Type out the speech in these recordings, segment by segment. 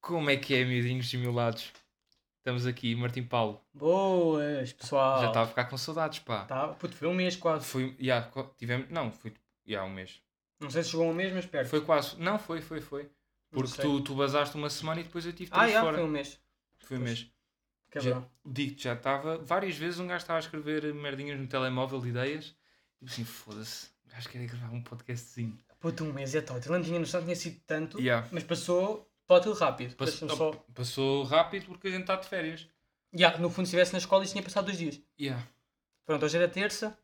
Como é que é, miudinhos de mil lados? Estamos aqui, Martim Paulo. Boas, pessoal. Já estava a ficar com saudades, pá. Ah. Tá, puto, foi um mês quase. Foi, já, co- tivemos, não, foi, já, um mês. Não sei se chegou um mês, mas perto. Foi quase, não, foi, foi, foi. Porque sei. tu, tu basaste uma semana e depois eu tive Ah, três já, fora. foi um mês. é Foi um mês. Cabrão. Digo-te, já estava, várias vezes um gajo estava a escrever merdinhas no telemóvel de ideias. Tipo assim, foda-se, o gajo queria gravar um podcastzinho. Puto, um mês é tótil. Não tinha noção, tinha sido tanto. Já. Mas passou tótil rápido. Passou, Passou só. passou rápido porque a gente está de férias. Já, no fundo, se estivesse na escola, isso tinha passado dois dias. Yeah. Pronto, hoje era terça.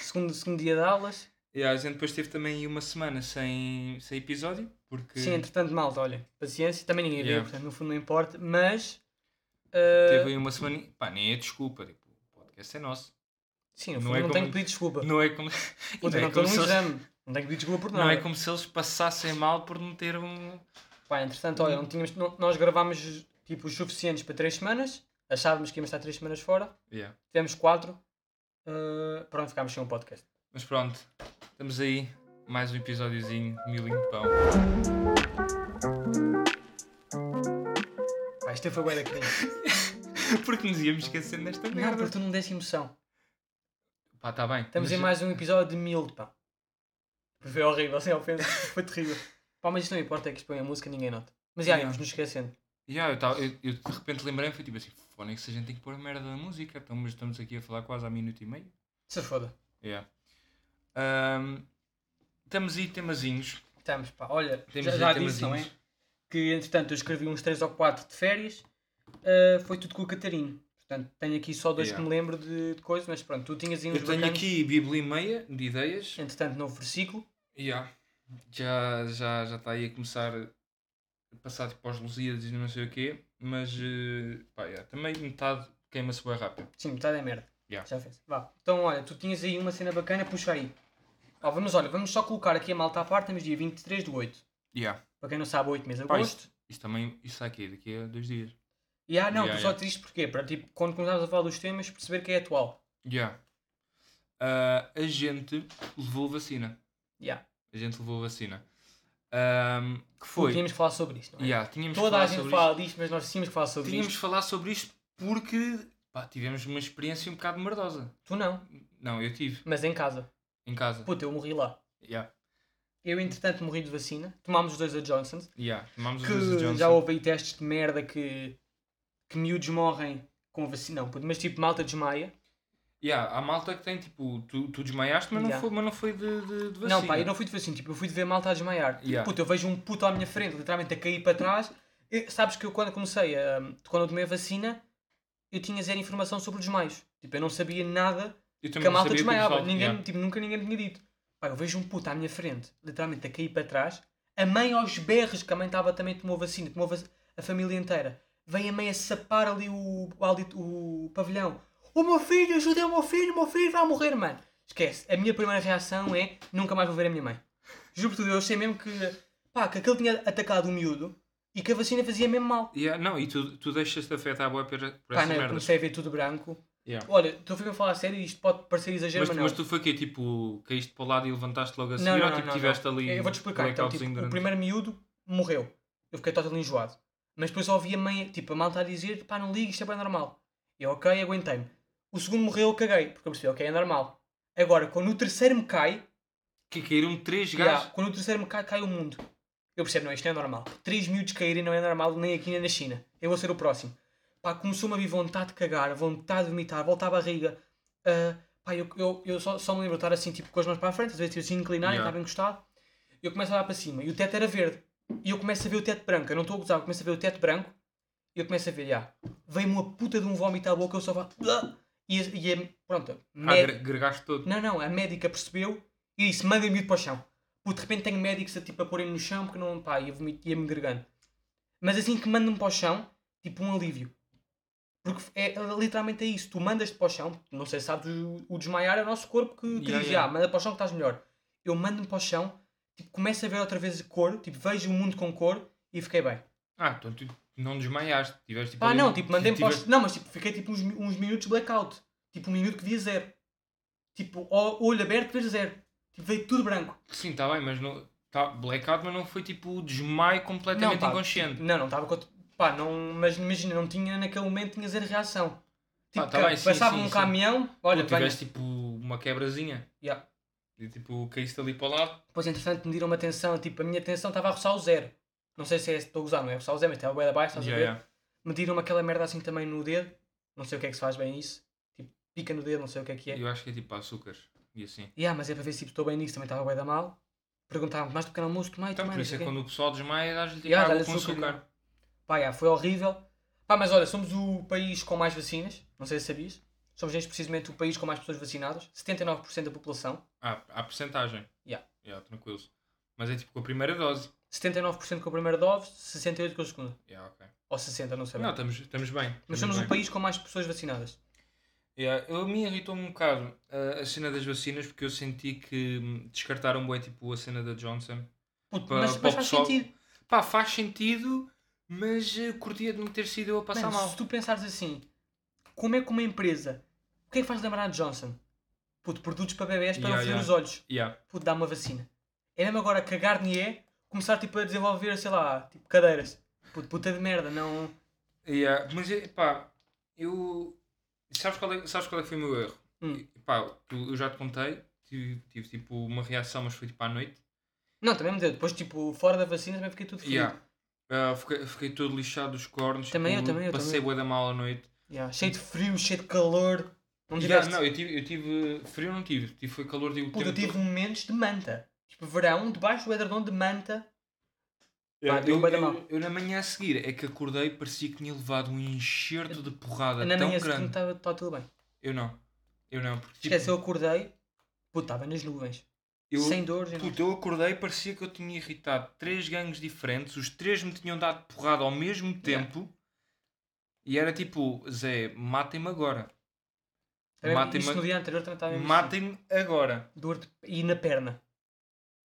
segundo, segundo dia de aulas. Yeah, a gente depois teve também aí uma semana sem, sem episódio, porque Sim, entretanto, malta, olha. Paciência, também ninguém Yeah. viu, portanto, no fundo não importa. Mas. ah, teve aí uma semana. Pá, nem é desculpa, tipo, o podcast é nosso. Sim, no não fundo, é não como- tenho que pedir desculpa. Não é como, Puto, não eu é não estou como num se eles- exame. Não tenho que pedir desculpa por nada. não é como se eles passassem mal por não ter um. Pá, entretanto, olha, não tínhamos, não- nós gravámos tipo os suficientes para 3 semanas, achávamos que íamos estar 3 semanas fora, Yeah. tivemos 4, pronto, ficámos sem um podcast. Mas pronto, estamos aí. Mais um episódiozinho de Milinho de Pão. Pá, isto foi bué da cringe. Porque nos íamos esquecendo desta Não, merda. porque tu não desse emoção. Pá, está bem. Estamos mas- em mais um episódio de mil, pá. Foi horrível, sem ofensa, foi terrível. Pá, mas isto não importa, é que isto põe a música ninguém nota. Mas já, Não. íamos nos esquecendo. Yeah, eu, tava, eu, eu de repente lembrei-me, foi tipo assim: fone que a gente tem que pôr a merda da música. Então, mas estamos aqui a falar quase há minuto e meio. Se foda. Yeah. Ahm, estamos aí, temazinhos. Estamos, pá, olha, Temos já, aí já temazinhos. disse, não é? Que entretanto eu escrevi uns 3 ou 4 de férias, ah, foi tudo com o Catarino. Portanto, tenho aqui só dois Yeah. que me lembro de, de coisas, mas pronto, tu tinhas aí uns Eu tenho bacanas. aqui Bíblia e meia de ideias. Entretanto, novo versículo. Yeah. Já está já, já está aí a começar a passar tipo, aos Lusíadas e não sei o quê. Mas eh, pá, yeah, também metade queima-se bem rápido. Sim, metade é merda. Yeah. Já fez. Vá. Então, olha, tu tinhas aí uma cena bacana, puxa aí. Ó, vamos, olha, vamos só colocar aqui a malta à parte, temos dia 23 de 8. Yeah. Para quem não sabe, 8 meses de Pá, agosto. Isto também, isto aqui, daqui a dois dias. E ah, não, Yeah, tu só yeah. triste porquê? Para tipo, quando começámos a falar dos temas, perceber que é atual. Yeah. Ah, a gente levou vacina. Yeah. A gente levou vacina. Ahm, que Foi. foi? Tínhamos que falar sobre isto, não é? Yeah, tínhamos que Toda falar a gente sobre fala disto, mas nós tínhamos que falar sobre Tínhamos isto. de falar sobre isto porque pá, tivemos uma experiência um bocado merdosa. Tu não, Não, eu tive, mas em casa. em casa. Puta, eu morri lá. Yeah, Eu, entretanto, morri de vacina. Tomámos os dois a Johnson's. yeah. Tomámos os dois a que Johnson. já houve aí testes de merda que, que miúdos morrem com vacina, não, puto, mas tipo malta desmaia. Yeah, há malta que tem tipo, tu, tu desmaiaste, mas não Yeah. foi, mas não foi de, de, de vacina. Não, pá, eu não fui de vacina, tipo, eu fui de ver malta a desmaiar. Yeah. Puto, eu vejo um puto à minha frente, literalmente a cair para trás. E, sabes que eu quando comecei a. quando eu tomei a vacina, eu tinha zero informação sobre os desmaios. Tipo, eu não sabia nada Eu que também a não malta sabia que o desmaiava. pessoal- Ninguém, yeah. tipo, nunca ninguém me tinha dito. Pá, eu vejo um puto à minha frente, literalmente a cair para trás. A mãe aos berros, que a mãe estava também tomou vacina, tomou vac- a família inteira. Vem a mãe a sapar ali o, o, audi- o pavilhão. O meu filho, ajudem o meu filho, o meu filho vai morrer, mano. Esquece. A minha primeira reação é nunca mais vou ver a minha mãe. Juro por tudo, eu achei mesmo que, pá, que aquele tinha atacado o miúdo e que a vacina fazia mesmo mal. Yeah, não, e tu, tu deixas-te afetar a boa por, por Pá, essas não, eu merdas. comecei a ver tudo branco. Yeah. Olha, estou a falar a sério e isto pode parecer exagero, Mas, mas, tu- não. mas tu foi aqui tipo, caíste para o lado e levantaste logo a seguir Não, não, ou não, tipo, não, tiveste não. ali um é Eu vou te explicar. Então, tipo, blackoutzinho O tá durante- primeiro miúdo morreu. Eu fiquei totalmente enjoado. Mas depois ouvi a mãe, tipo, a malta a dizer: pá, não liga, isto é bem normal. Eu, ok, aguentei-me. O segundo morreu, eu caguei, porque eu percebi, ok, é normal. Agora, quando o terceiro me cai, Que caíram três já, gajos. quando o terceiro me cai, cai o mundo. Eu percebo, não, isto não é normal. Três miúdos caírem não é normal, nem aqui nem na China. Eu vou ser o próximo. Pá, começou-me a vir vontade de cagar, vontade de vomitar, voltar à barriga. Ah, pá, eu, eu, eu só, só me lembro de estar assim, tipo, com as mãos para a frente, às vezes eu assim inclinar Yeah. e estava encostado. Eu começo a olhar para cima e o teto era verde. E eu começo a ver o teto branco. Eu não estou a gozar, eu começo a ver o teto branco e eu começo a ver, já. Veio-me uma puta de um vómito à boca, eu só vá. E, a- e a- pronto, Ah, med- gre- gregaste todo. não, não, a médica percebeu e disse: manda o miúdo para o chão. Puto, de repente tenho médicos a, tipo, a porem-me no chão porque não, pá, ia vomit- ia-me gregando. Mas assim que mandam-me para o chão, tipo um alívio. Porque é, literalmente é isso: tu mandas-te para o chão, não sei se sabes, o, o desmaiar é o nosso corpo que te Yeah, diz: yeah. ah, manda para o chão que estás melhor. Eu mando-me para o chão, tipo, começo a ver outra vez a cor, tipo, vejo o mundo com cor e fiquei bem. Ah, então tu não desmaiaste. Tiveste tipo. Pá, ali- não, tipo, mandei-me para tiveste- os... Não, mas tipo, fiquei tipo uns, mi- uns minutos de blackout. Tipo, um minuto que via zero. Tipo, ó- olho aberto, vejo zero. Tipo, veio tudo branco. Sim, está bem, mas não. Tá, blackout, mas não foi tipo o desmaio completamente pá, tipo, inconsciente. Não, não estava com. Pá, não, mas imagina, não tinha naquele momento, tinhas a reação. Tipo, Ah, tá ca- bem, sim, passava sim, um sim. caminhão, olha, Ou apanha. tiveste tipo uma quebrazinha Yeah. e tipo caíste ali para o lado. Depois, entretanto, mediram uma tensão, tipo, a minha tensão estava a roçar o zero. Não sei se é, estou a usar, não é roçar o zero, mas estava bem abaixo, estás Yeah, a ver? yeah. Mediram-me aquela merda assim também no dedo, não sei o que é que se faz bem isso. Tipo, pica no dedo, não sei o que é que é. Eu acho que é tipo açúcares e assim. Yeah, mas é para ver se tipo, estou bem nisso, também estava bem da mal. Perguntavam-me, mais do pequeno almoço, tomai, Então, tomai, por não isso sei é o quê. que quando o pessoal desmaia, dá-lhe tipo Yeah, água dá-lhe com açúcar. açúcar. Pá, yeah, foi horrível. Pá, mas olha, somos o país com mais vacinas, não sei se sabias. Somos neste precisamente o país com mais pessoas vacinadas, 79% da população. Ah, há percentagem. Yeah. tranquilo. Mas é tipo com a primeira dose. 79% com a primeira dose, 68% com a segunda. Yeah, ok. Ou 60, não sei bem. Não, estamos, estamos bem. mas estamos somos bem. o país com mais pessoas vacinadas. Yeah, eu, a mim irritou-me um bocado uh, a cena das vacinas porque eu senti que hum, descartaram bem tipo a cena da Johnson. Puto, Pá, pá, mas, mas o faz pessoal sentido. Pá, faz sentido, mas uh, curtia de me ter sido eu a passar Mano, mal. se tu pensares assim, como é que uma empresa, o que é que faz lembrar a Johnson? Puto, produtos para bebés para Yeah, não foder yeah. os olhos. Yeah. puto, dá uma vacina. É mesmo agora cagar me é começar tipo, a desenvolver, sei lá, tipo, cadeiras. Puto, puta de merda, não. Yeah, Mas eh, pá, eu. Sabes qual, é, sabes qual é que foi o meu erro? Hum. Pá, tu- eu já te contei, tive, tive tipo uma reação, mas foi tipo à noite. Não, também me deu. Depois, tipo, fora da vacina também fiquei tudo frio. Yeah. Ah, fiquei, fiquei todo lixado dos cornos. Também eu, tipo, também eu, Passei também. bué da mal à noite. Yeah, Cheio de frio, cheio de calor. Não Yeah, tiveste. não, eu tive, eu tive. Frio não tive, tive foi calor de o Puto, tempo eu tive um todo. momentos de manta. Tipo, verão, debaixo do edredom de manta. Yeah, deu eu, bué da eu- mal. eu na manhã a seguir é que acordei, parecia que tinha levado um enxerto de porrada na tão manhã seguinte grande. Tipo, estava estava tudo bem. Eu não. Eu não, porque tipo, Esquece, eu acordei. Puto, estava nas nuvens. eu, Sem dores. e nada. puto, eu acordei parecia que eu tinha irritado três gangues diferentes, os três me tinham dado porrada ao mesmo Yeah. tempo e era tipo, Zé, matem-me agora. Também- matem-me- Isso no dia anterior também estava mesmo assim. Matem-me agora. Dor de... E na perna.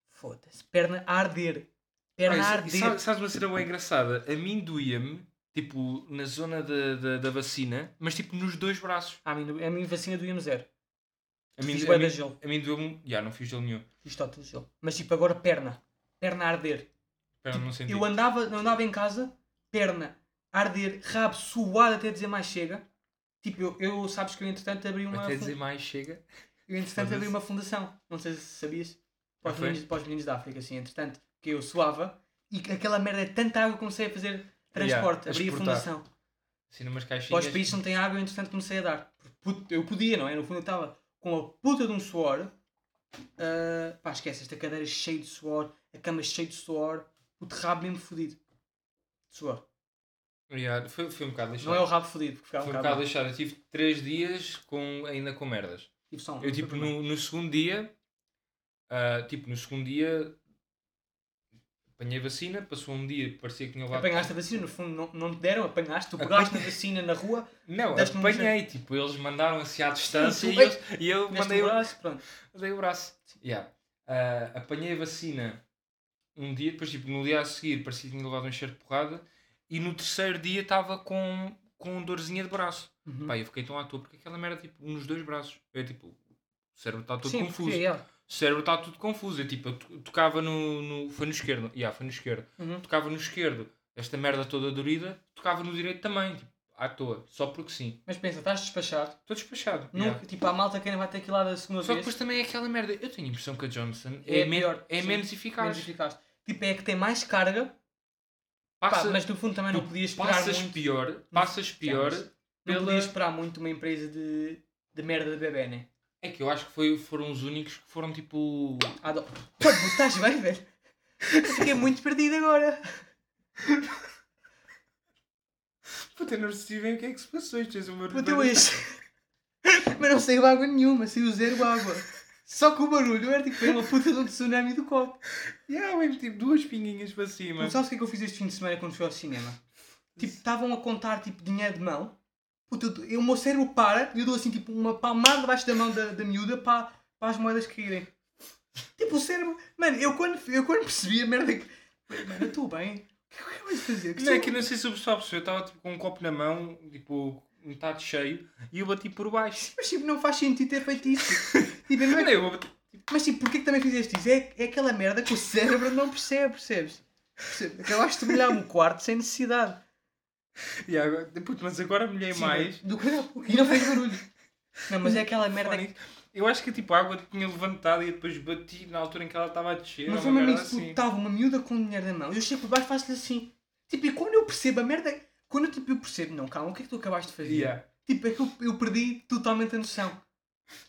Foda-se. Perna a arder. Perna a Olha, arder. sa- Ah, sabe- sabes uma cena bem engraçada? A mim doía-me, tipo, na zona da, da, da vacina, mas tipo nos dois braços. Ah, A mim, a mim vacina do IMO zero. A mim, Fiz a bué mim, da gelo. a mim doeu-me. Já, não fiz gelo nenhum. Fiz total gelo. Mas tipo, agora perna. Perna a arder. Espera, não senti. Tipo, Eu andava, não andava em casa, perna a arder, rabo suado até dizer mais chega. Tipo, eu, eu sabes que eu entretanto abri uma, Até fun- dizer mais, chega. eu, entretanto, abri Foda-se. uma fundação. Não sei se sabias. Para os, Ah, foi? meninos, para os meninos da África, assim, entretanto, que eu suava e que aquela merda é tanta água que comecei a fazer transporte, a abri a exportar. fundação. Assim, numas Para caixinhas. os países que não têm água, eu entretanto comecei a dar. Porque puto- Eu podia, não é? No fundo eu estava com a puta de um suor. Ah, pá, esquece, esta cadeira cheia de suor, a cama é cheia de suor, o de rabo mesmo fodido. De suor. Já, foi, foi um bocado lixado. Não é o rabo fodido, porque ficava Foi um um bocado bocado. lixado. Eu tive 3 dias com, ainda com merdas. Tipo, só um- Eu, tipo, no, no segundo dia, ah, tipo, no segundo dia, apanhei vacina, passou um dia, parecia que tinha levado... Apanhaste a vacina, no fundo não, não te deram, apanhaste, tu pegaste a vacina na rua, Não, deste-me um apanhei, tipo, eles mandaram assim à distância tu- é e, eles- e eu neste mandei o, um braço, pronto. dei o braço. Yeah. Ah, apanhei a vacina um dia, depois, tipo, no dia a seguir, parecia que tinha levado um enxerto de porrada, e no terceiro dia estava com, com dorzinha de braço. Uhum. Pá, eu fiquei tão à toa porque aquela merda, tipo, nos dois braços. Eu, tipo, o cérebro está todo Sim, confuso. porque, yeah. O cérebro está tudo confuso. Eu, tipo, eu to- tocava no, no. Foi no esquerdo. Yeah, foi no esquerdo. Uhum. Tocava no esquerdo, esta merda toda dorida. Tocava no direito também, tipo, à toa. Só porque sim. Mas pensa, estás despachado, Estou despachado. nunca, yeah. tipo, a malta que ainda vai ter que ir lá da segunda Só que vez. depois também é aquela merda. Eu tenho a impressão que a Johnson É é, men- pior, é sim. menos eficaz. menos eficaz. Tipo, é a que tem mais carga, pá, Passa, mas no fundo também não tu podias esperar passas muito. pior. Passas pior. mas- Não pela- podia esperar muito uma empresa de, de merda de bebê, né? É que eu acho que foi, foram os únicos que foram tipo. Ah, dó. Pô, tu estás bem, velho? Fiquei muito perdido agora. Puta, eu não percebi bem o que é que se passou. Isto é uma Puta, eu este. Mas não saiu água nenhuma, saiu zero água. Só que o barulho era tipo foi uma puta de um tsunami do copo. Yeah, mesmo tipo duas pinguinhas para cima. Tu sabes o que é que eu fiz este fim de semana quando fui ao cinema? Tipo, estavam a contar tipo dinheiro de mão. Puta, eu, eu- o meu cérebro para e eu dou assim tipo uma palmada abaixo da mão da, da miúda para, para as moedas caírem. Tipo, o cérebro. Mano, eu quando, eu quando percebi a merda que. Mano, eu estou bem. O que é que eu vou fazer? Que Não, é se- que eu não sei se o pessoal percebeu. Eu estava tipo, com um copo na mão, tipo, metade cheio, e eu bati por baixo. Mas tipo, não faz sentido ter feito isso. tipo, eu não é Não, eu bati tipo, Mas tipo, porquê que também fizeste isso? É, é aquela merda que o cérebro não percebe, percebes? Percebe? Acabaste de molhar um quarto sem necessidade. E agora, puto, mas agora molhei Sim, mais. Do que era pouco. E não fez barulho. Não, mas é aquela merda que. Fónico. Eu acho que tipo, a água tinha levantado e depois bati na altura em que ela estava a descer. Mas Mas foi uma mesmo merda isso, assim. estava uma miúda com o dinheiro na mão. Eu chego por baixo faço-lhe assim. Tipo, e quando eu percebo a merda. Quando eu, tipo, eu percebo, não, calma, o que é que tu acabaste de fazer? Yeah. Tipo, é que eu, eu perdi totalmente a noção.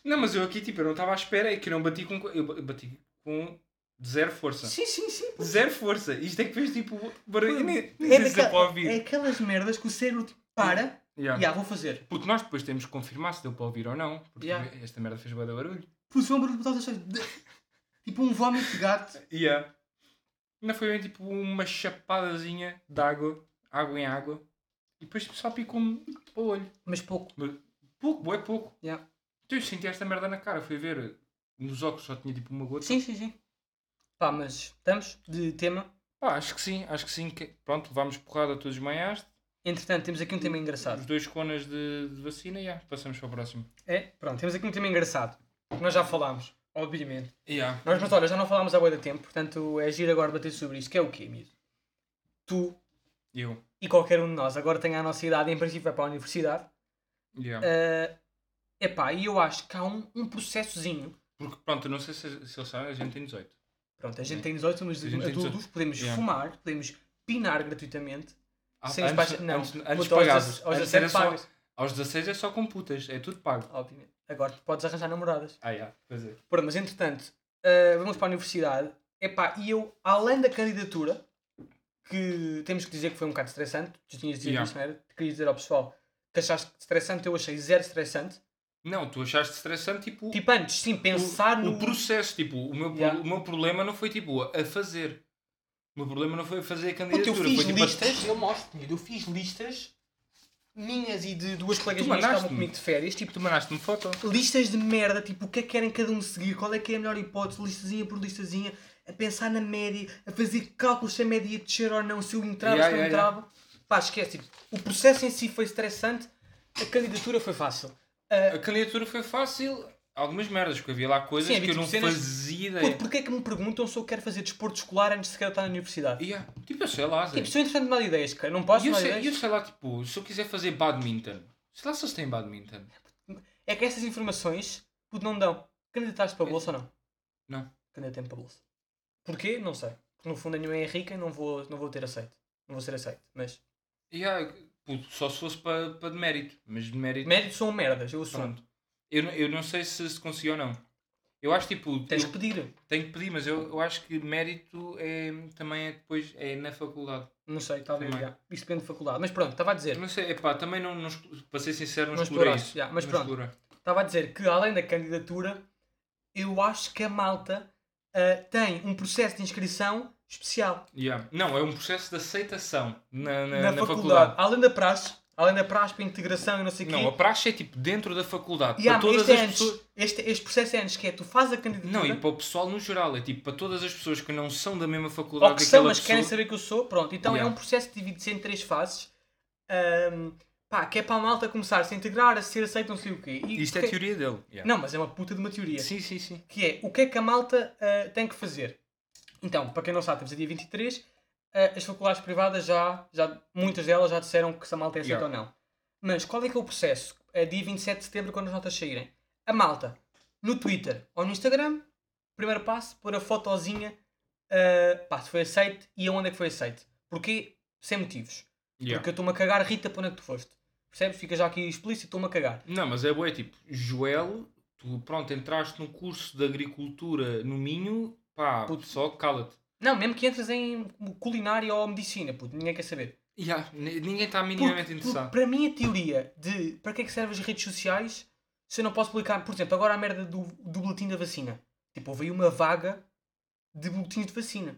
Não, mas eu aqui tipo, eu não estava à espera, é que eu não bati com. co- Eu ba- eu bati com zero força. Sim, sim, sim. pô. Zero força. Isto é que fez tipo. barulho. Foi- Nem, nem É, sei se dá daquela- para ouvir. é aquelas merdas que o cérebro tipo, para. Yeah. Já, vou fazer. Porque nós depois temos que confirmar se deu para ouvir ou não. Porque Yeah. esta merda fez bué de barulho. Pus um barulho de botar Tipo um vómito de gato. Yeah. Não foi bem tipo uma chapadazinha de água, água em água. E depois tipo, só picou-me para o olho. Mas pouco. Pouco, é pouco. Yeah. Então eu senti esta merda na cara, fui ver. Nos óculos só tinha tipo uma gota. Sim, sim, sim. Pá, mas estamos de tema. Pá, acho que sim, acho que sim. Que... Pronto, levámos porrada, todos desmaiaste. Entretanto, temos aqui um tema Os engraçado. dois conas de, de vacina, e yeah, passamos para o próximo. É? Pronto, temos aqui um tema engraçado. que Nós já falámos, obviamente. Yeah. Nós, mas olha, já não falámos há bué de tempo, portanto é giro agora bater sobre isso, que é o quê, miúdo? Tu Eu. e qualquer um de nós agora tem a nossa idade, em princípio vai para a universidade. Yeah. É epá, e eu acho que há um, um processozinho. Porque pronto, eu não sei se, se eles sabem, a gente tem 18. Pronto, a gente tem 18, somos A gente tem adultos, 18. podemos Yeah. fumar, podemos pinar gratuitamente. Ah, sem os antes- pais- Não, antes, antes puto, aos pagavas. dezesse- aos Antes era 17 só- pagas. aos 16 é só com putas, é tudo pago. Obviamente. Agora tu podes arranjar namoradas. Ah, yeah, pois é. Pronto, mas entretanto, ah, vamos para a universidade. Epá, e eu, além da candidatura, que temos que dizer que foi um bocado estressante, tu tinhas dito Yeah. isso, não era? Querias dizer ao pessoal que achaste estressante, eu achei zero estressante. Não, tu achaste estressante, tipo, Tipo, antes, sim, pensar o, no. o processo. Tipo, o meu, Yeah. o meu problema não foi, tipo, a fazer. O meu problema não foi a fazer a Puta, eu candidatura. fiz foi, tipo, a- listas, eu mostro, miúdo, eu fiz listas minhas e de duas colegas Tu minhas que estavam mandaste-me. comigo de férias, tipo, Tu mandaste-me foto. listas de merda, tipo, o que é que querem cada um seguir, qual é que é a melhor hipótese, listazinha por listazinha, a pensar na média, a fazer cálculos se a média ia descer ou não, se eu entrava, Yeah, se não yeah, entrava. Pá, esquece, tipo, o processo em si foi estressante, a candidatura foi fácil. A candidatura foi fácil. Algumas merdas, porque havia lá coisas Sim, havia, que eu não tipo, cenas- fazia Pô, ideia. porquê é que me perguntam se eu quero fazer desporto escolar antes de sequer estar na universidade? Yeah. Tipo, eu sei lá, Zé. Tipo, se eu entretanto mal ideias, cara, não posso E eu mal sei, ideias. e eu sei lá, tipo, se eu quiser fazer badminton, sei lá se eles têm badminton. É que essas informações, puto, não dão. Candidataste para a bolsa ou É. não? Não. Candidatei-me para a bolsa. Porquê? Não sei. Porque no fundo a minha mãe é rica e não vou, não vou ter aceito. Não vou ser aceito, mas... Yeah, puto, só se fosse para para de mérito, mas de mérito. Médios são é merdas, eu assumo. Pronto. Eu, não- eu não sei se se consegui ou não. Eu acho tipo. Tens eu que pedir. Tenho que pedir, mas eu, eu acho que mérito é, também é depois é na faculdade. Não sei, talvez. Também. já. Isso depende de faculdade. Mas pronto, estava a Eu dizer. não sei, epá, também não, não escl- para ser sincero, não, Não explorei isso. exploraste, já, mas Não pronto. explorei. Estava a dizer que além da candidatura, eu acho que a malta ah, tem um processo de inscrição especial Yeah. Não, é um processo de aceitação na, na, na, na faculdade. faculdade. Além da praxe, além da praxe para integração e não sei o quê. Não, a praxe é tipo dentro da faculdade. E há- para todas este, é as antes, pessoas. este, este processo é antes, que é tu fazes a candidatura, Não, e para o pessoal no geral, é tipo para todas as pessoas que não são da mesma faculdade ou que daquela são, mas pessoa. querem saber que eu sou. Pronto, então é Yeah. um processo que divide-se em três fases. Ahm, pá, que é para a malta começar a se integrar, a ser aceito, não sei o quê. E Isto é a porque- teoria dele. Yeah. Não, mas é uma puta de uma teoria. Sim, sim, sim. Que é o que é que a malta ah, tem que fazer. Então, para quem não sabe, temos a dia 23. ah, as faculdades privadas já, já. Muitas delas já disseram que se a malta é aceita Yeah. ou não. Mas qual é que é o processo? É dia 27 de setembro, quando as notas saírem. A malta, no Twitter ou no Instagram, primeiro passo, pôr a fotozinha. ah, pá, se foi aceito e aonde é que foi aceito. Porquê? Sem motivos. Yeah. Porque eu estou-me a cagar, Rita, para onde é que tu foste. Percebes? Fica já aqui explícito, estou-me a cagar. Não, mas é boa, tipo, Joel, tu pronto, entraste no curso de agricultura no Minho, pá, Puto. só cala-te. Não, mesmo que entres em culinária ou medicina, puto, ninguém quer saber. Yeah, ni- ninguém está Puto, minimamente puto, interessado. para mim a teoria de para que é que servem as redes sociais se eu não posso publicar, por exemplo, agora a merda do, do boletim da vacina. Tipo, houve aí uma vaga de boletins de vacina.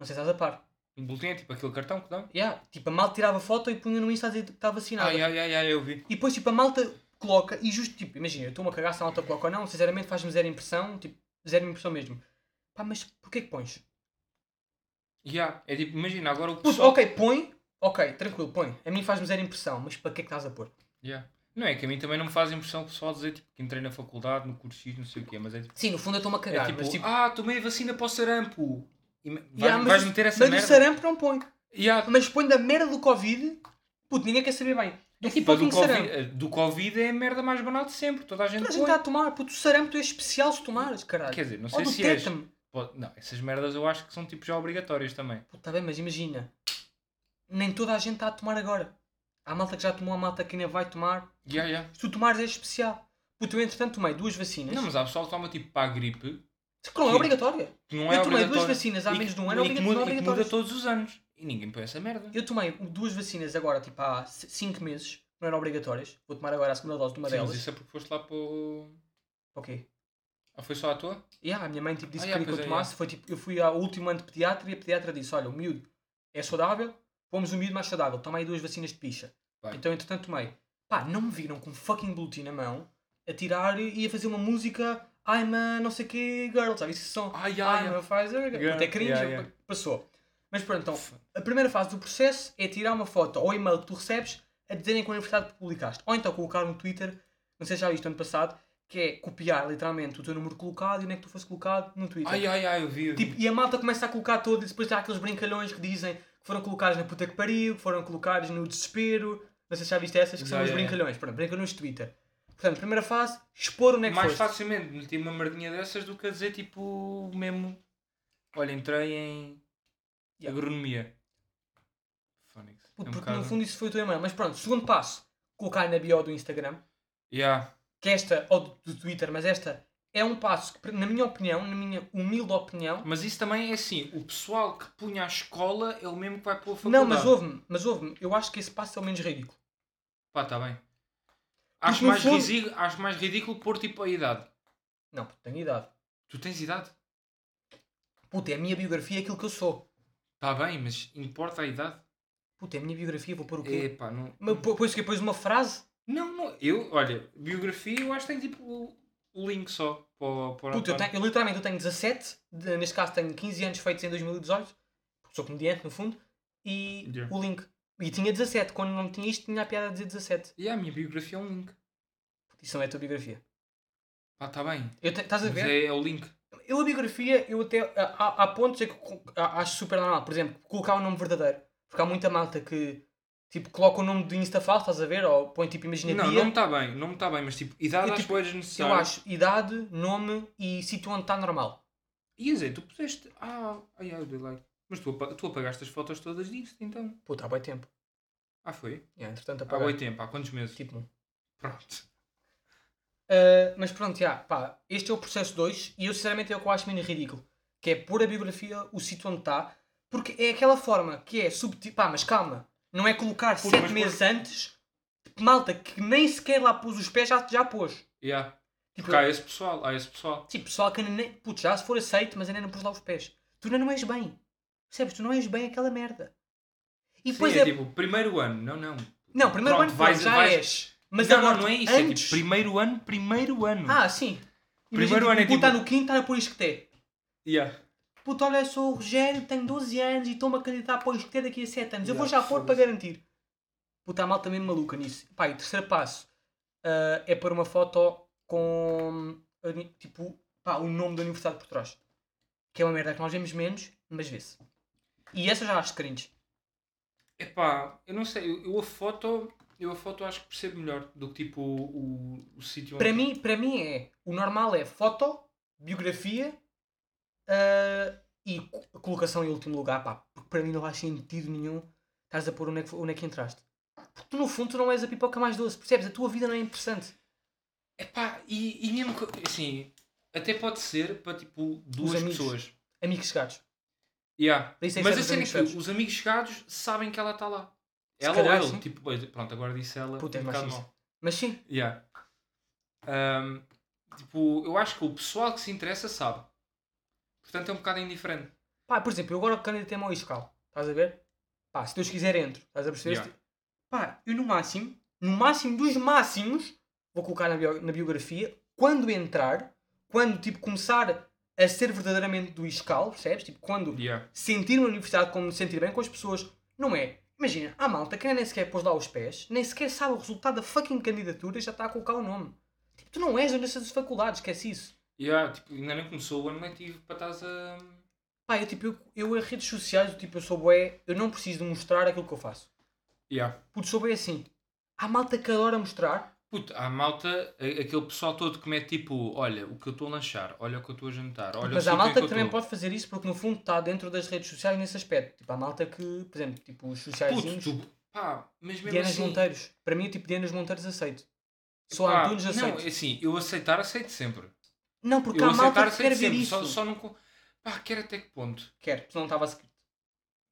Não sei se estás a par. Um boletim é tipo aquele cartão que dá. Yeah, tipo, a malta tirava foto e punha no Insta a dizer que está vacinada. Ah, ai, ai, ai, ai, eu vi. E depois, tipo, a malta coloca e justo, tipo, imagina, eu estou-me a cagar se a malta coloca ou não, sinceramente faz-me zero impressão, tipo, zero impressão mesmo. Pá, mas porquê que pões? Yeah. É tipo, imagina, agora o Puto, pessoal. ok, põe. Ok, tranquilo, põe. A mim faz-me zero impressão, mas para que é que estás a pôr? Yeah. Não é que a mim também não me faz impressão o pessoal dizer tipo, que entrei na faculdade, no curso X, não sei o quê, mas é tipo, Sim, no fundo eu estou-me a é cagar, tipo, mas tipo... ah, tomei a vacina para o sarampo. E me- vais, yeah, mas vais o- meter essa mas merda. o sarampo Tipo, não põe. Yeah, Mas põe da merda do Covid, puto, ninguém quer saber bem. Do é que tipo, a do, fucking COVID, sarampo. a do Covid é a merda mais banal de sempre. Toda a gente Toda a gente põe. está a tomar, puto, o sarampo tu és especial se tomares, caralho. Quer dizer, é, não Ou sei do se és. tétano. Pô, Não, essas merdas eu acho que são tipo já obrigatórias também. Puto, tá bem, mas imagina. Nem toda a gente está a tomar agora. Há malta que já tomou, há malta que ainda vai tomar. Yeah, yeah. Se tu tomares é especial. Puto, eu entretanto tomei duas vacinas. Não, mas há pessoal que toma tipo para a gripe, que não é sim. obrigatória. que não é eu tomei duas obrigatório. vacinas há E que- menos de um e ano, que obriga- muda- não é e que muda obrigatórias. todos os anos. E ninguém põe essa merda. Eu tomei duas vacinas agora, tipo há 5 meses, não eram obrigatórias. Vou tomar agora a segunda dose de uma Sim, mas delas. isso é porque foste lá para o... Ok. Ah, foi só à tua? Yeah, a minha mãe tipo, disse Ah, que yeah, queria que pois eu é, tomasse. Foi, tipo, eu fui ao último ano de pediatra e a pediatra disse: Olha, o miúdo é saudável, pomos o miúdo mais saudável, toma aí duas vacinas de picha. Bem. Então, entretanto, tomei. Pá, não me viram com um fucking boletim na mão a tirar e a fazer uma música I'm a não sei que girl, sabe? Isso são Ai, I'm a Pfizer girl. Ah, Girl, Até cringe, yeah, yeah. passou. Mas pronto, então, a primeira fase do processo é tirar uma foto ou e-mail que tu recebes a dizerem que a universidade publicaste. Ou então colocar no Twitter, não sei se já viste ano passado, que é copiar literalmente o teu número colocado e onde é que tu foste colocado no Twitter. Ai, é ai, ai, eu vi. eu vi. Tipo, e a malta começa a colocar toda e depois há aqueles brincalhões que dizem que foram colocados na puta que pariu, que foram colocados no desespero. Não sei se já viste essas que são Já, os já, já. brincalhões. Pronto, brincalhões de Twitter. Portanto, primeira fase, expor onde é que mais foste. facilmente meti uma merdinha dessas do que a dizer tipo mesmo. Olha, entrei em Yeah. agronomia. Phonics. Puto, é um porque bocado... no fundo isso foi o teu e-mail. Mas pronto, segundo passo, colocar na bio do Instagram. Yeah. que esta, ou do- do Twitter, mas esta é um passo que, na minha opinião, na minha humilde opinião, Mas isso também é assim, o pessoal que punha à escola é o mesmo que vai pôr a faculdade. não, mas ouve-me, mas ouve-me, eu acho que esse passo é o menos ridículo. Pá, tá bem. Acho Tipo, no mais, fundo- ridículo, acho mais ridículo pôr tipo a idade. Não, puto, tenho idade. Tu tens idade? Puta, é a minha biografia, é aquilo que eu sou. Tá bem, mas importa a idade? Puta, é a minha biografia, vou pôr o quê? É pá, não. Mas pô- Pois que depois uma frase? Não, não, eu, olha, biografia eu acho que tem tipo o- o link só para, para Puta, eu, tenho, eu literalmente eu tenho 17, de- neste caso tenho 15 anos feitos em 2018, porque sou comediante no fundo, e Yeah. o link. E tinha 17, quando não tinha isto tinha a piada de dizer 17. E a minha biografia é um link. Puta, Isso não é a tua biografia. Pá, tá bem. Eu te- estás a Mas ver? é, é o link. Eu a biografia, eu até. Há, há pontos em que co- a- acho super normal. Por exemplo, colocar o nome verdadeiro. Porque há muita malta que tipo coloca o nome do Insta falso, estás a ver? Ou põe tipo, imagina Não, não dia. me tá bem, não me tá bem, mas tipo, idade Eu, às tipo, coisas eu necessárias. acho idade, nome e sítio onde está normal. Ia dizer, tu puseste. Ah, ai, ai, eu dei like. Mas tu, apa- tu apagaste as fotos todas disto, então. Puta, há boi tempo. Ah, foi? É, entretanto, Há apaguei. oito tempo, há quantos meses? Tipo, um. Pronto. Ah, mas pronto, já, pá, este é o processo 2 e eu sinceramente é o que eu acho menos ridículo. Que é pôr a biografia, o sítio onde está, porque é aquela forma que é subtil. Pá, mas calma, não é colocar Puta, 7 mas meses antes, tipo, malta que nem sequer lá pôs os pés, já, já pôs. Yeah. Tipo, Porque há esse pessoal, há esse pessoal. tipo, pessoal que ainda nem. Putz, já se for aceito, mas ainda não pôs lá os pés. Tu ainda não és bem. Percebes? Tu não és bem aquela merda. E Sim, depois é, é. tipo, primeiro ano. Não, não. não, primeiro pronto, ano vais- pronto, já vais- és. Mas não, agora, não, não é isso. É Antes... tipo, primeiro ano, primeiro ano. Ah, sim. Primeiro Primeiro ano é ano tipo- está no quinto, está a pôr isqueté. Yeah. Puta, olha, eu sou o Rogério, tenho 12 anos e estou-me a candidatar para o isqueté daqui a 7 anos. Eu vou Yeah, já pôr para foda-se. garantir. Puta, a malta é mesmo maluca nisso. Pá, e o terceiro passo ah, é pôr uma foto com. ah, Tipo, pá, o nome da universidade por trás. Que é uma merda que nós vemos menos, mas vê-se. E essa eu já acho cringe. Epá, eu não sei, eu, eu a foto, eu a foto acho que percebo melhor do que tipo o, o, o sítio Para mim, para mim é. O normal é foto, biografia ah, e co- colocação em último lugar. Pá, porque para mim não faz sentido nenhum estás a pôr onde é que, fo- onde é que entraste. Porque tu, no fundo, tu não és a pipoca mais doce, percebes? A tua vida não é interessante. Epá, e, e mesmo que, assim, até pode ser para tipo duas amigos. pessoas. Amigos chegados. Yeah. Isso é Mas certo, a os cena é amigos que chegados. os amigos chegados sabem que ela está lá. Se ela calhar, ou ele, sim. tipo, olha, pronto, agora disse ela. Puta, é um machista. bocado Mas sim, mal. Yeah. Ahm, tipo, eu acho que o pessoal que se interessa sabe. Portanto é um bocado indiferente. pá, por exemplo, eu agora candidatei-me ao Iscal. Estás a ver? Pá, se Deus quiser, entro. Estás a perceber? Yeah. Pá, eu no máximo, no máximo dos máximos, vou colocar na, bio- na biografia, quando entrar, quando tipo começar a ser verdadeiramente do Iscal, percebes? Tipo, quando Yeah. sentir uma universidade como me sentir bem com as pessoas, não é? Imagina, há malta que nem sequer pôs lá os pés, nem sequer sabe o resultado da fucking candidatura e já está a colocar o nome. Tipo, tu não és da Universidade das Faculdades, esquece isso. E ah, tipo, ainda nem começou o ano letivo para estás a. Pá, eu tipo, eu, eu em redes sociais, tipo, eu sou bué, eu não preciso de mostrar aquilo que eu faço. Yeah. Porque sou bué assim. Há malta que adora mostrar. Puto, há malta, a- aquele pessoal todo que mete tipo, olha o que eu estou a lanchar, olha o que eu estou a jantar, olha mas o há sítio em malta que, eu também estou. pode fazer isso porque no fundo está dentro das redes sociais nesse aspecto. Tipo, há malta que, por exemplo, tipo, os Puto, sociaizinhos, tu, pá, mas mesmo Dianas assim. Monteiros. Para mim, tipo, Dianas Monteiros aceito. Só pá, Antunes aceito. não, é assim, eu aceitar, aceito sempre. Não, porque eu há malta aceitar, que quer aceito ver sempre. isso. Só, só não. co- Pá, quer até que ponto? Quer, porque não estava escrito.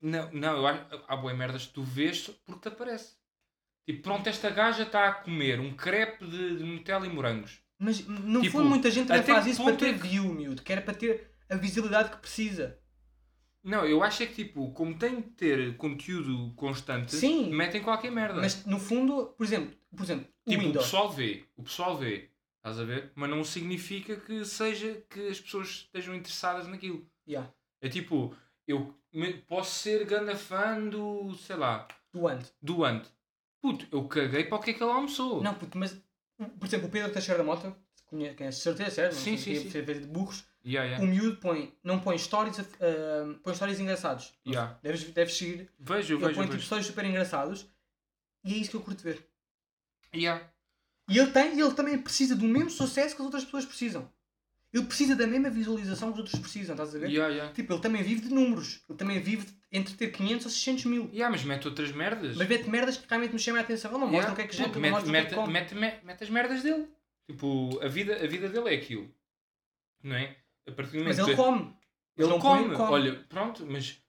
Não, não, eu acho. Há boé merdas que tu vês porque te aparece. Tipo, pronto, esta gaja está a comer um crepe de, de Nutella e morangos. Mas no Tipo, fundo muita gente também até faz que isso para ponto é ter view, miúdo. Quer para ter a visibilidade que precisa. Não, eu acho é que, tipo, como tem de ter conteúdo constante, Sim. metem qualquer merda. Mas no fundo, por exemplo, por exemplo, É. o tipo, o Windows. pessoal vê, o pessoal vê, estás a ver? Mas não significa que seja que as pessoas estejam interessadas naquilo. Yeah, É tipo, eu me- posso ser ganda fã do, sei lá, do Ant. do Ant. Puto, eu caguei para o que é que ele almoçou. Não, puto, mas por exemplo, o Pedro Teixeira da Mota, conhece, conhece é, de certeza, certo? Sim, sim, É. sim. Fez de burros. Yeah, yeah. O miúdo põe, não põe stories, ah, põe stories engraçados. Yeah. Deves, deves seguir. Vejo, vejo, Ele põe tipo vejo. stories super engraçados. E é isso que eu curto ver. Yeah. E ele tem, ele também precisa do mesmo sucesso que as outras pessoas precisam. Ele precisa da mesma visualização que os outros precisam, estás a ver? Yeah, yeah. Tipo, ele também vive de números. Ele também vive de- entre ter 500 ou 600 mil. Yeah, mas mete outras merdas. Mas mete merdas que realmente me chamam a atenção. Ele não mostra Yeah. o que é que Puto, janta, ele não mete, mostra o que é que mete, come. mete, mete, mete as merdas dele. Tipo, a vida, a vida dele é aquilo. Não é? A partir do momento Mas que- ele come. Ele não põe, come. Olha, pronto, mas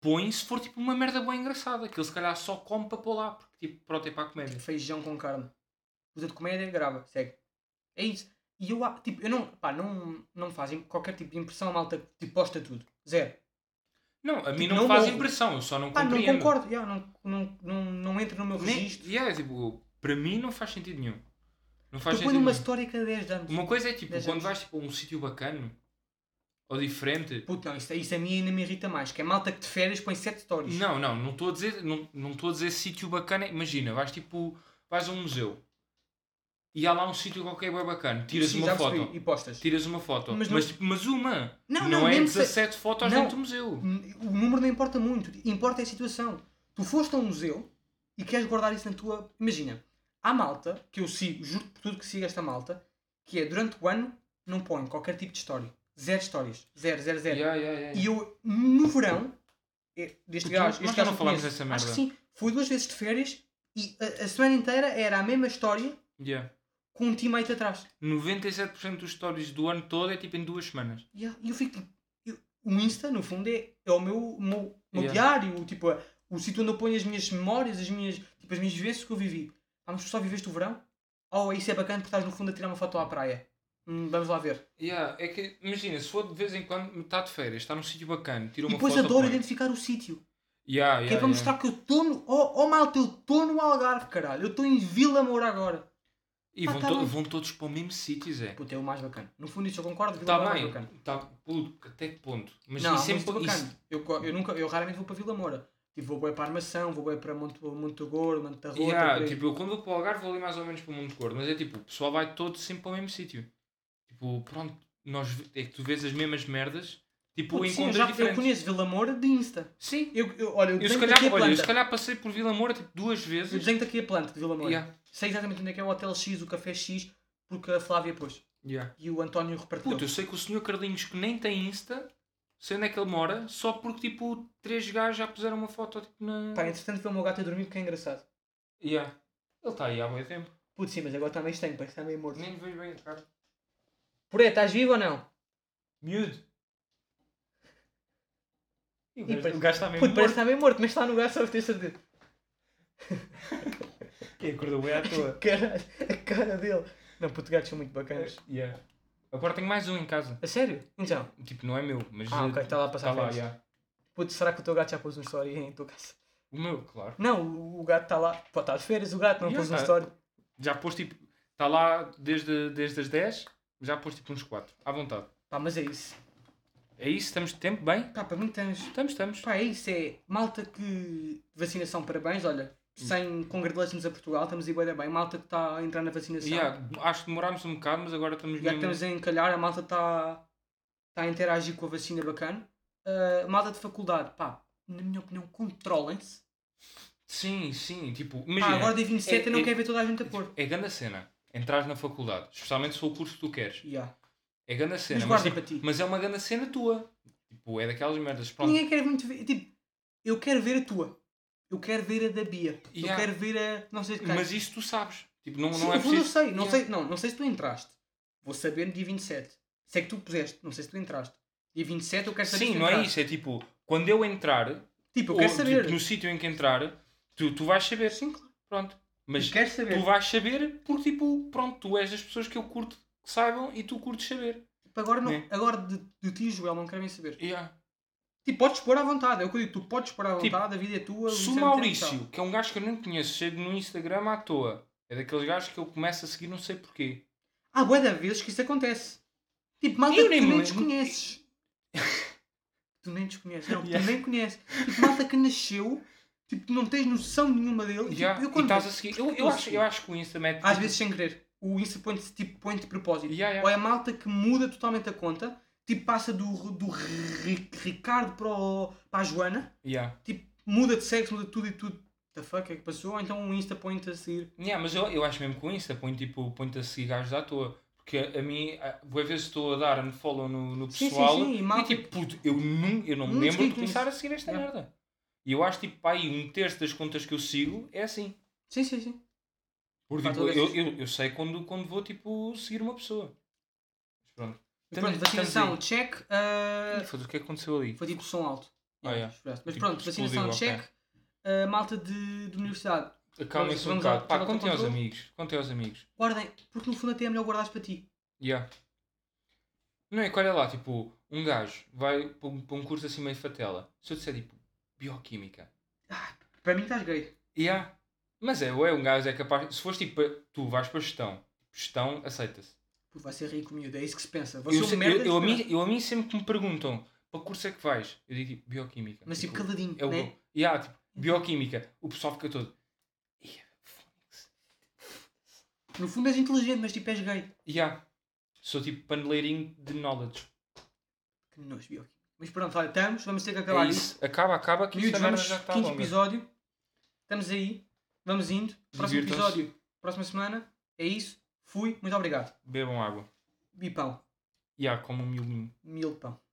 põe se for tipo uma merda bem engraçada, que ele se calhar só come para pôr lá, porque tipo, pronto, é para a comédia. Tipo, feijão com carne. Usa de comédia, grava, segue. É isso. E eu, a- tipo, eu não, pá, não, não me fazem qualquer tipo de impressão a malta que tipo, posta tudo. Zero. Não, a mim Tipo, não, não me faz ouve. impressão, eu só não Pá, não compreendo. concordo. Yeah, não, não, não, não entra no meu Nem, registro. yeah, tipo, para mim não faz sentido nenhum. Não faz Tu põe sentido uma nenhum. história cada 10 anos. Uma coisa é tipo, Dez quando anos. vais tipo, a um sítio bacana ou diferente, Puto, não, isso, isso a mim ainda me irrita mais. Que é malta que de férias põe 7 stories. Não, não, não estou a dizer, não, não estou a dizer sítio bacana. Imagina, vais tipo, vais a um museu e há lá um sítio qualquer bem bacana, tiras Sim, uma assim já foto, percebi. E postas. tiras uma foto, Mas mas, não- tipo, mas uma, Não, não, não, é mesmo se- 17 fotos Não. dentro do museu. O número não importa muito. Importa é a situação. Tu foste a um museu e queres guardar isso na tua. Imagina, há malta que eu sigo, juro por tudo que sigo esta malta, que é durante o ano não põe qualquer tipo de história. Zero histórias. Zero, zero, zero. Yeah, yeah, yeah. E eu, no verão, é, deste Porque gajo, nós este já gajo não eu falámos conheço. dessa Acho que merda. sim. Fui duas vezes de férias e a, a semana inteira era a mesma história Yeah. com um teammate atrás. 97% dos stories do ano todo é tipo em duas semanas. Yeah, E eu fico tipo. eu- o Insta, no fundo, é, é o meu, meu, meu Yeah. diário, tipo, é, o sítio onde eu ponho as minhas memórias, as minhas, tipo, as minhas vivências que eu vivi. Ah, mas tu só viveste o verão? Oh, isso é bacana porque estás no fundo a tirar uma foto à praia. Hum, vamos lá ver. Yeah, é que, imagina, se for de vez em quando, está de férias, está num sítio bacana, tira e uma depois foto. adoro põe. identificar o sítio. Yeah, yeah, que é para yeah. mostrar que eu estou no. Oh, oh malta, eu estou no Algarve, caralho. Eu estou em Vila Moura agora. E Pá, vão, tá to- bem. vão todos para o mesmo sítio, Zé. Puta, é o mais bacana. No fundo, isso eu concordo. Vila Está Moura é o mais bacana. bem, tá, puto, até que ponto? Mas não, isso é muito impo- bacana. isso- Eu, co- eu, nunca, eu raramente vou para Vila Moura. Tipo, vou bem para Armação, vou bem para Monte, Monte Gordo, Monte da Rota. Yeah, por aí. tipo, eu quando vou para o Algarve vou ali mais ou menos para o Monte Gordo, mas é tipo, o pessoal vai todo sempre para o mesmo sítio. Tipo, pronto, nós, ve- é que tu vês as mesmas merdas, tipo, Puto, sim, eu, encontras já, eu diferentes. conheço Vila Moura de Insta. Sim, Eu, eu, olha, eu eu se, desenho calhar, daqui a olha, eu se planta. calhar passei por Vila Moura tipo, duas Eu vezes. desenho daqui a planta de Vila Moura. Yeah, Sei exatamente onde é que é o Hotel X, o Café X, porque a Flávia pôs. yeah. E o António repartiu. Puta, eu sei que o senhor Carlinhos que nem tem Insta, sei onde é que ele mora, só porque tipo, três gajos já puseram uma foto tipo, na. Pá, então- entretanto foi o meu gato a dormir porque é engraçado. Yeah. Ele está aí há muito tempo. Putz, sim, mas agora está meio estranho, parece que está meio morto. Nem vejo bem a cara. Poré, estás vivo ou não? Miúdo. E o E gajo parece- o gajo está mesmo morto. Puto, parece que está meio morto, mas está no lugar só para ter certeza. E acordou bem à toa. Caralho, a cara dele. Não, puto, gatos são muito bacanas. Yeah. Agora tenho mais um em casa. A sério? Então, Tipo, não é meu, mas. Ah, ok, eh, tá lá a passar tá lá, férias. yeah. puto, será que o teu gato já pôs um story em tua casa? O meu, claro. Não, o- o gato está lá. Pô, está de férias, o gato não Já pôs um tá. story. Já pôs tipo. Está lá desde, desde as 10, já pôs tipo uns 4. À vontade. Pá, mas é isso. É isso? Estamos de tempo? Bem? Pá, para mim tens. Estamos, estamos. Pá, é isso, é malta que. Vacinação, parabéns, olha. Sem congratulations a Portugal, estamos igual bem. Malta que está a entrar na vacinação. Yeah, acho que demorámos um bocado, mas agora estamos é Já que mesmo- estamos a encalhar, a malta está tá a interagir com a vacina bacana. Ah, malta de faculdade, pá, na minha opinião, controlem-se. Sim, sim. Tipo, Pá, imagina. Ah, agora dia 27 eu não é- quero ver toda a gente a pôr. É grande a cena. Entrares na faculdade, especialmente se for o curso que tu queres. Yeah. É grande a cena. Mas Mas, guarda tipo, para ti. mas é uma grande cena tua. Tipo, é daquelas merdas. Pronto. Ninguém quer muito ver. Tipo, eu quero ver a tua. Eu quero ver a da Bia. Yeah. Eu quero ver a. Não sei de quem. Mas isso tu sabes. Tipo, não, Sim, não é no fundo preciso. eu sei. Não, Yeah. sei não, não sei se tu entraste. Vou saber no dia 27. Se é que tu puseste. Não sei se tu entraste. Dia 27 eu quero saber se Sim, tu não é entraste. isso. É tipo, quando eu entrar, Tipo, eu ou, quero tipo, saber. no sítio em que entrar, tu, tu vais saber. Sim, claro. Pronto. Mas Mas quero saber. tu vais saber porque, tipo, pronto, tu és das pessoas que eu curto que saibam e tu curtes saber. Tipo, Agora, não, Né? agora de, de ti, Joel, não querem saber. Yeah. Tipo, podes pôr à vontade. É o que eu digo. Tu podes pôr à Tipo, vontade. a vida é tua. o Se o Vicente é Maurício, tal. que é um gajo que eu não conheço, chega no Instagram à toa, é daqueles gajos que eu começo a seguir não sei porquê. Há boa da vezes que isso acontece. Tipo, malta Eu que nem tu me nem lembro. desconheces. tu nem desconheces. Não, que Yeah. tu nem conheces. Tipo, malta que nasceu. Tipo, não tens noção nenhuma dele. Já, Tipo, eu e quando estás a seguir. Eu, Porquê eu, eu acho, sigo? eu acho que o Insta mete. tipo Às vezes sem querer. O Insta põe-te tipo, põe de propósito. Ya, ya. Ou é a malta que muda totalmente a conta. Tipo, passa do, do Ri- Ricardo para, o- para a Joana. Ya. Tipo, muda de sexo, muda tudo e tudo. The fuck é que passou? Ou então o Insta põe-te a seguir. Ya, mas eu, eu acho mesmo que o Insta põe tipo, põe-te a seguir gajos à toa. Porque a mim, a- boas vezes estou a dar unfollow no, no Sim, sim, pessoal sim, e e, malta- tipo, puto, eu não, eu não me lembro Não de desligo começar isso. a seguir esta Ya. merda. E eu acho tipo, pá, aí um terço das contas que eu sigo é assim. Sim, sim, sim. Porque Pá, tipo, todas eu, essas- eu, eu sei quando, quando vou tipo, seguir uma pessoa. Mas pronto. Mas pronto, Estamos- estamos vacinação, aí. check. ah, Ih, foda-se, o que é que aconteceu ali? foi tipo som alto. Ah, yeah. esperaste. Mas Tipo, pronto, vacinação, explodiu, check. ah, malta de, de universidade. Acalmem-se um Vamos- vamos bocado. ao- Pá, ao contem aos controle? amigos. Contem aos amigos. Guardem, porque no fundo até é melhor guardares para ti. Yeah. Não é que olha lá, tipo, um gajo vai para um, para um curso assim meio fatela. Se eu disser tipo, bioquímica. Para mim estás gay. Yeah. Mas é, ou é um gajo é capaz. Se fores tipo, para- tu vais para gestão. Gestão, aceita-se. Pô, vai ser rico, miúdo, é isso que se pensa. Vou Eu, ser um se- merda, eu, eu, a espera. mim, eu a mim sempre que me perguntam, para que curso é que vais? Eu digo tipo, bioquímica. Mas tipo caladinho, É o né? yeah, tipo, bioquímica. O pessoal fica todo. "Ia, fónix." No fundo és inteligente, mas tipo és gay. Yeah. Sou tipo paneleirinho de knowledge. Que nojo, Bioki. Mas pronto, olha, estamos, vamos ter que É acabar isso. isso. Acaba, acaba que Miúdos, esta merda vamos, já está quinto longa. episódio. Estamos aí, vamos indo. Próximo Divirtam-se. episódio, próxima semana. É isso. Fui, muito obrigado. Bebam água. E pão, E há como um milinho. mil pão.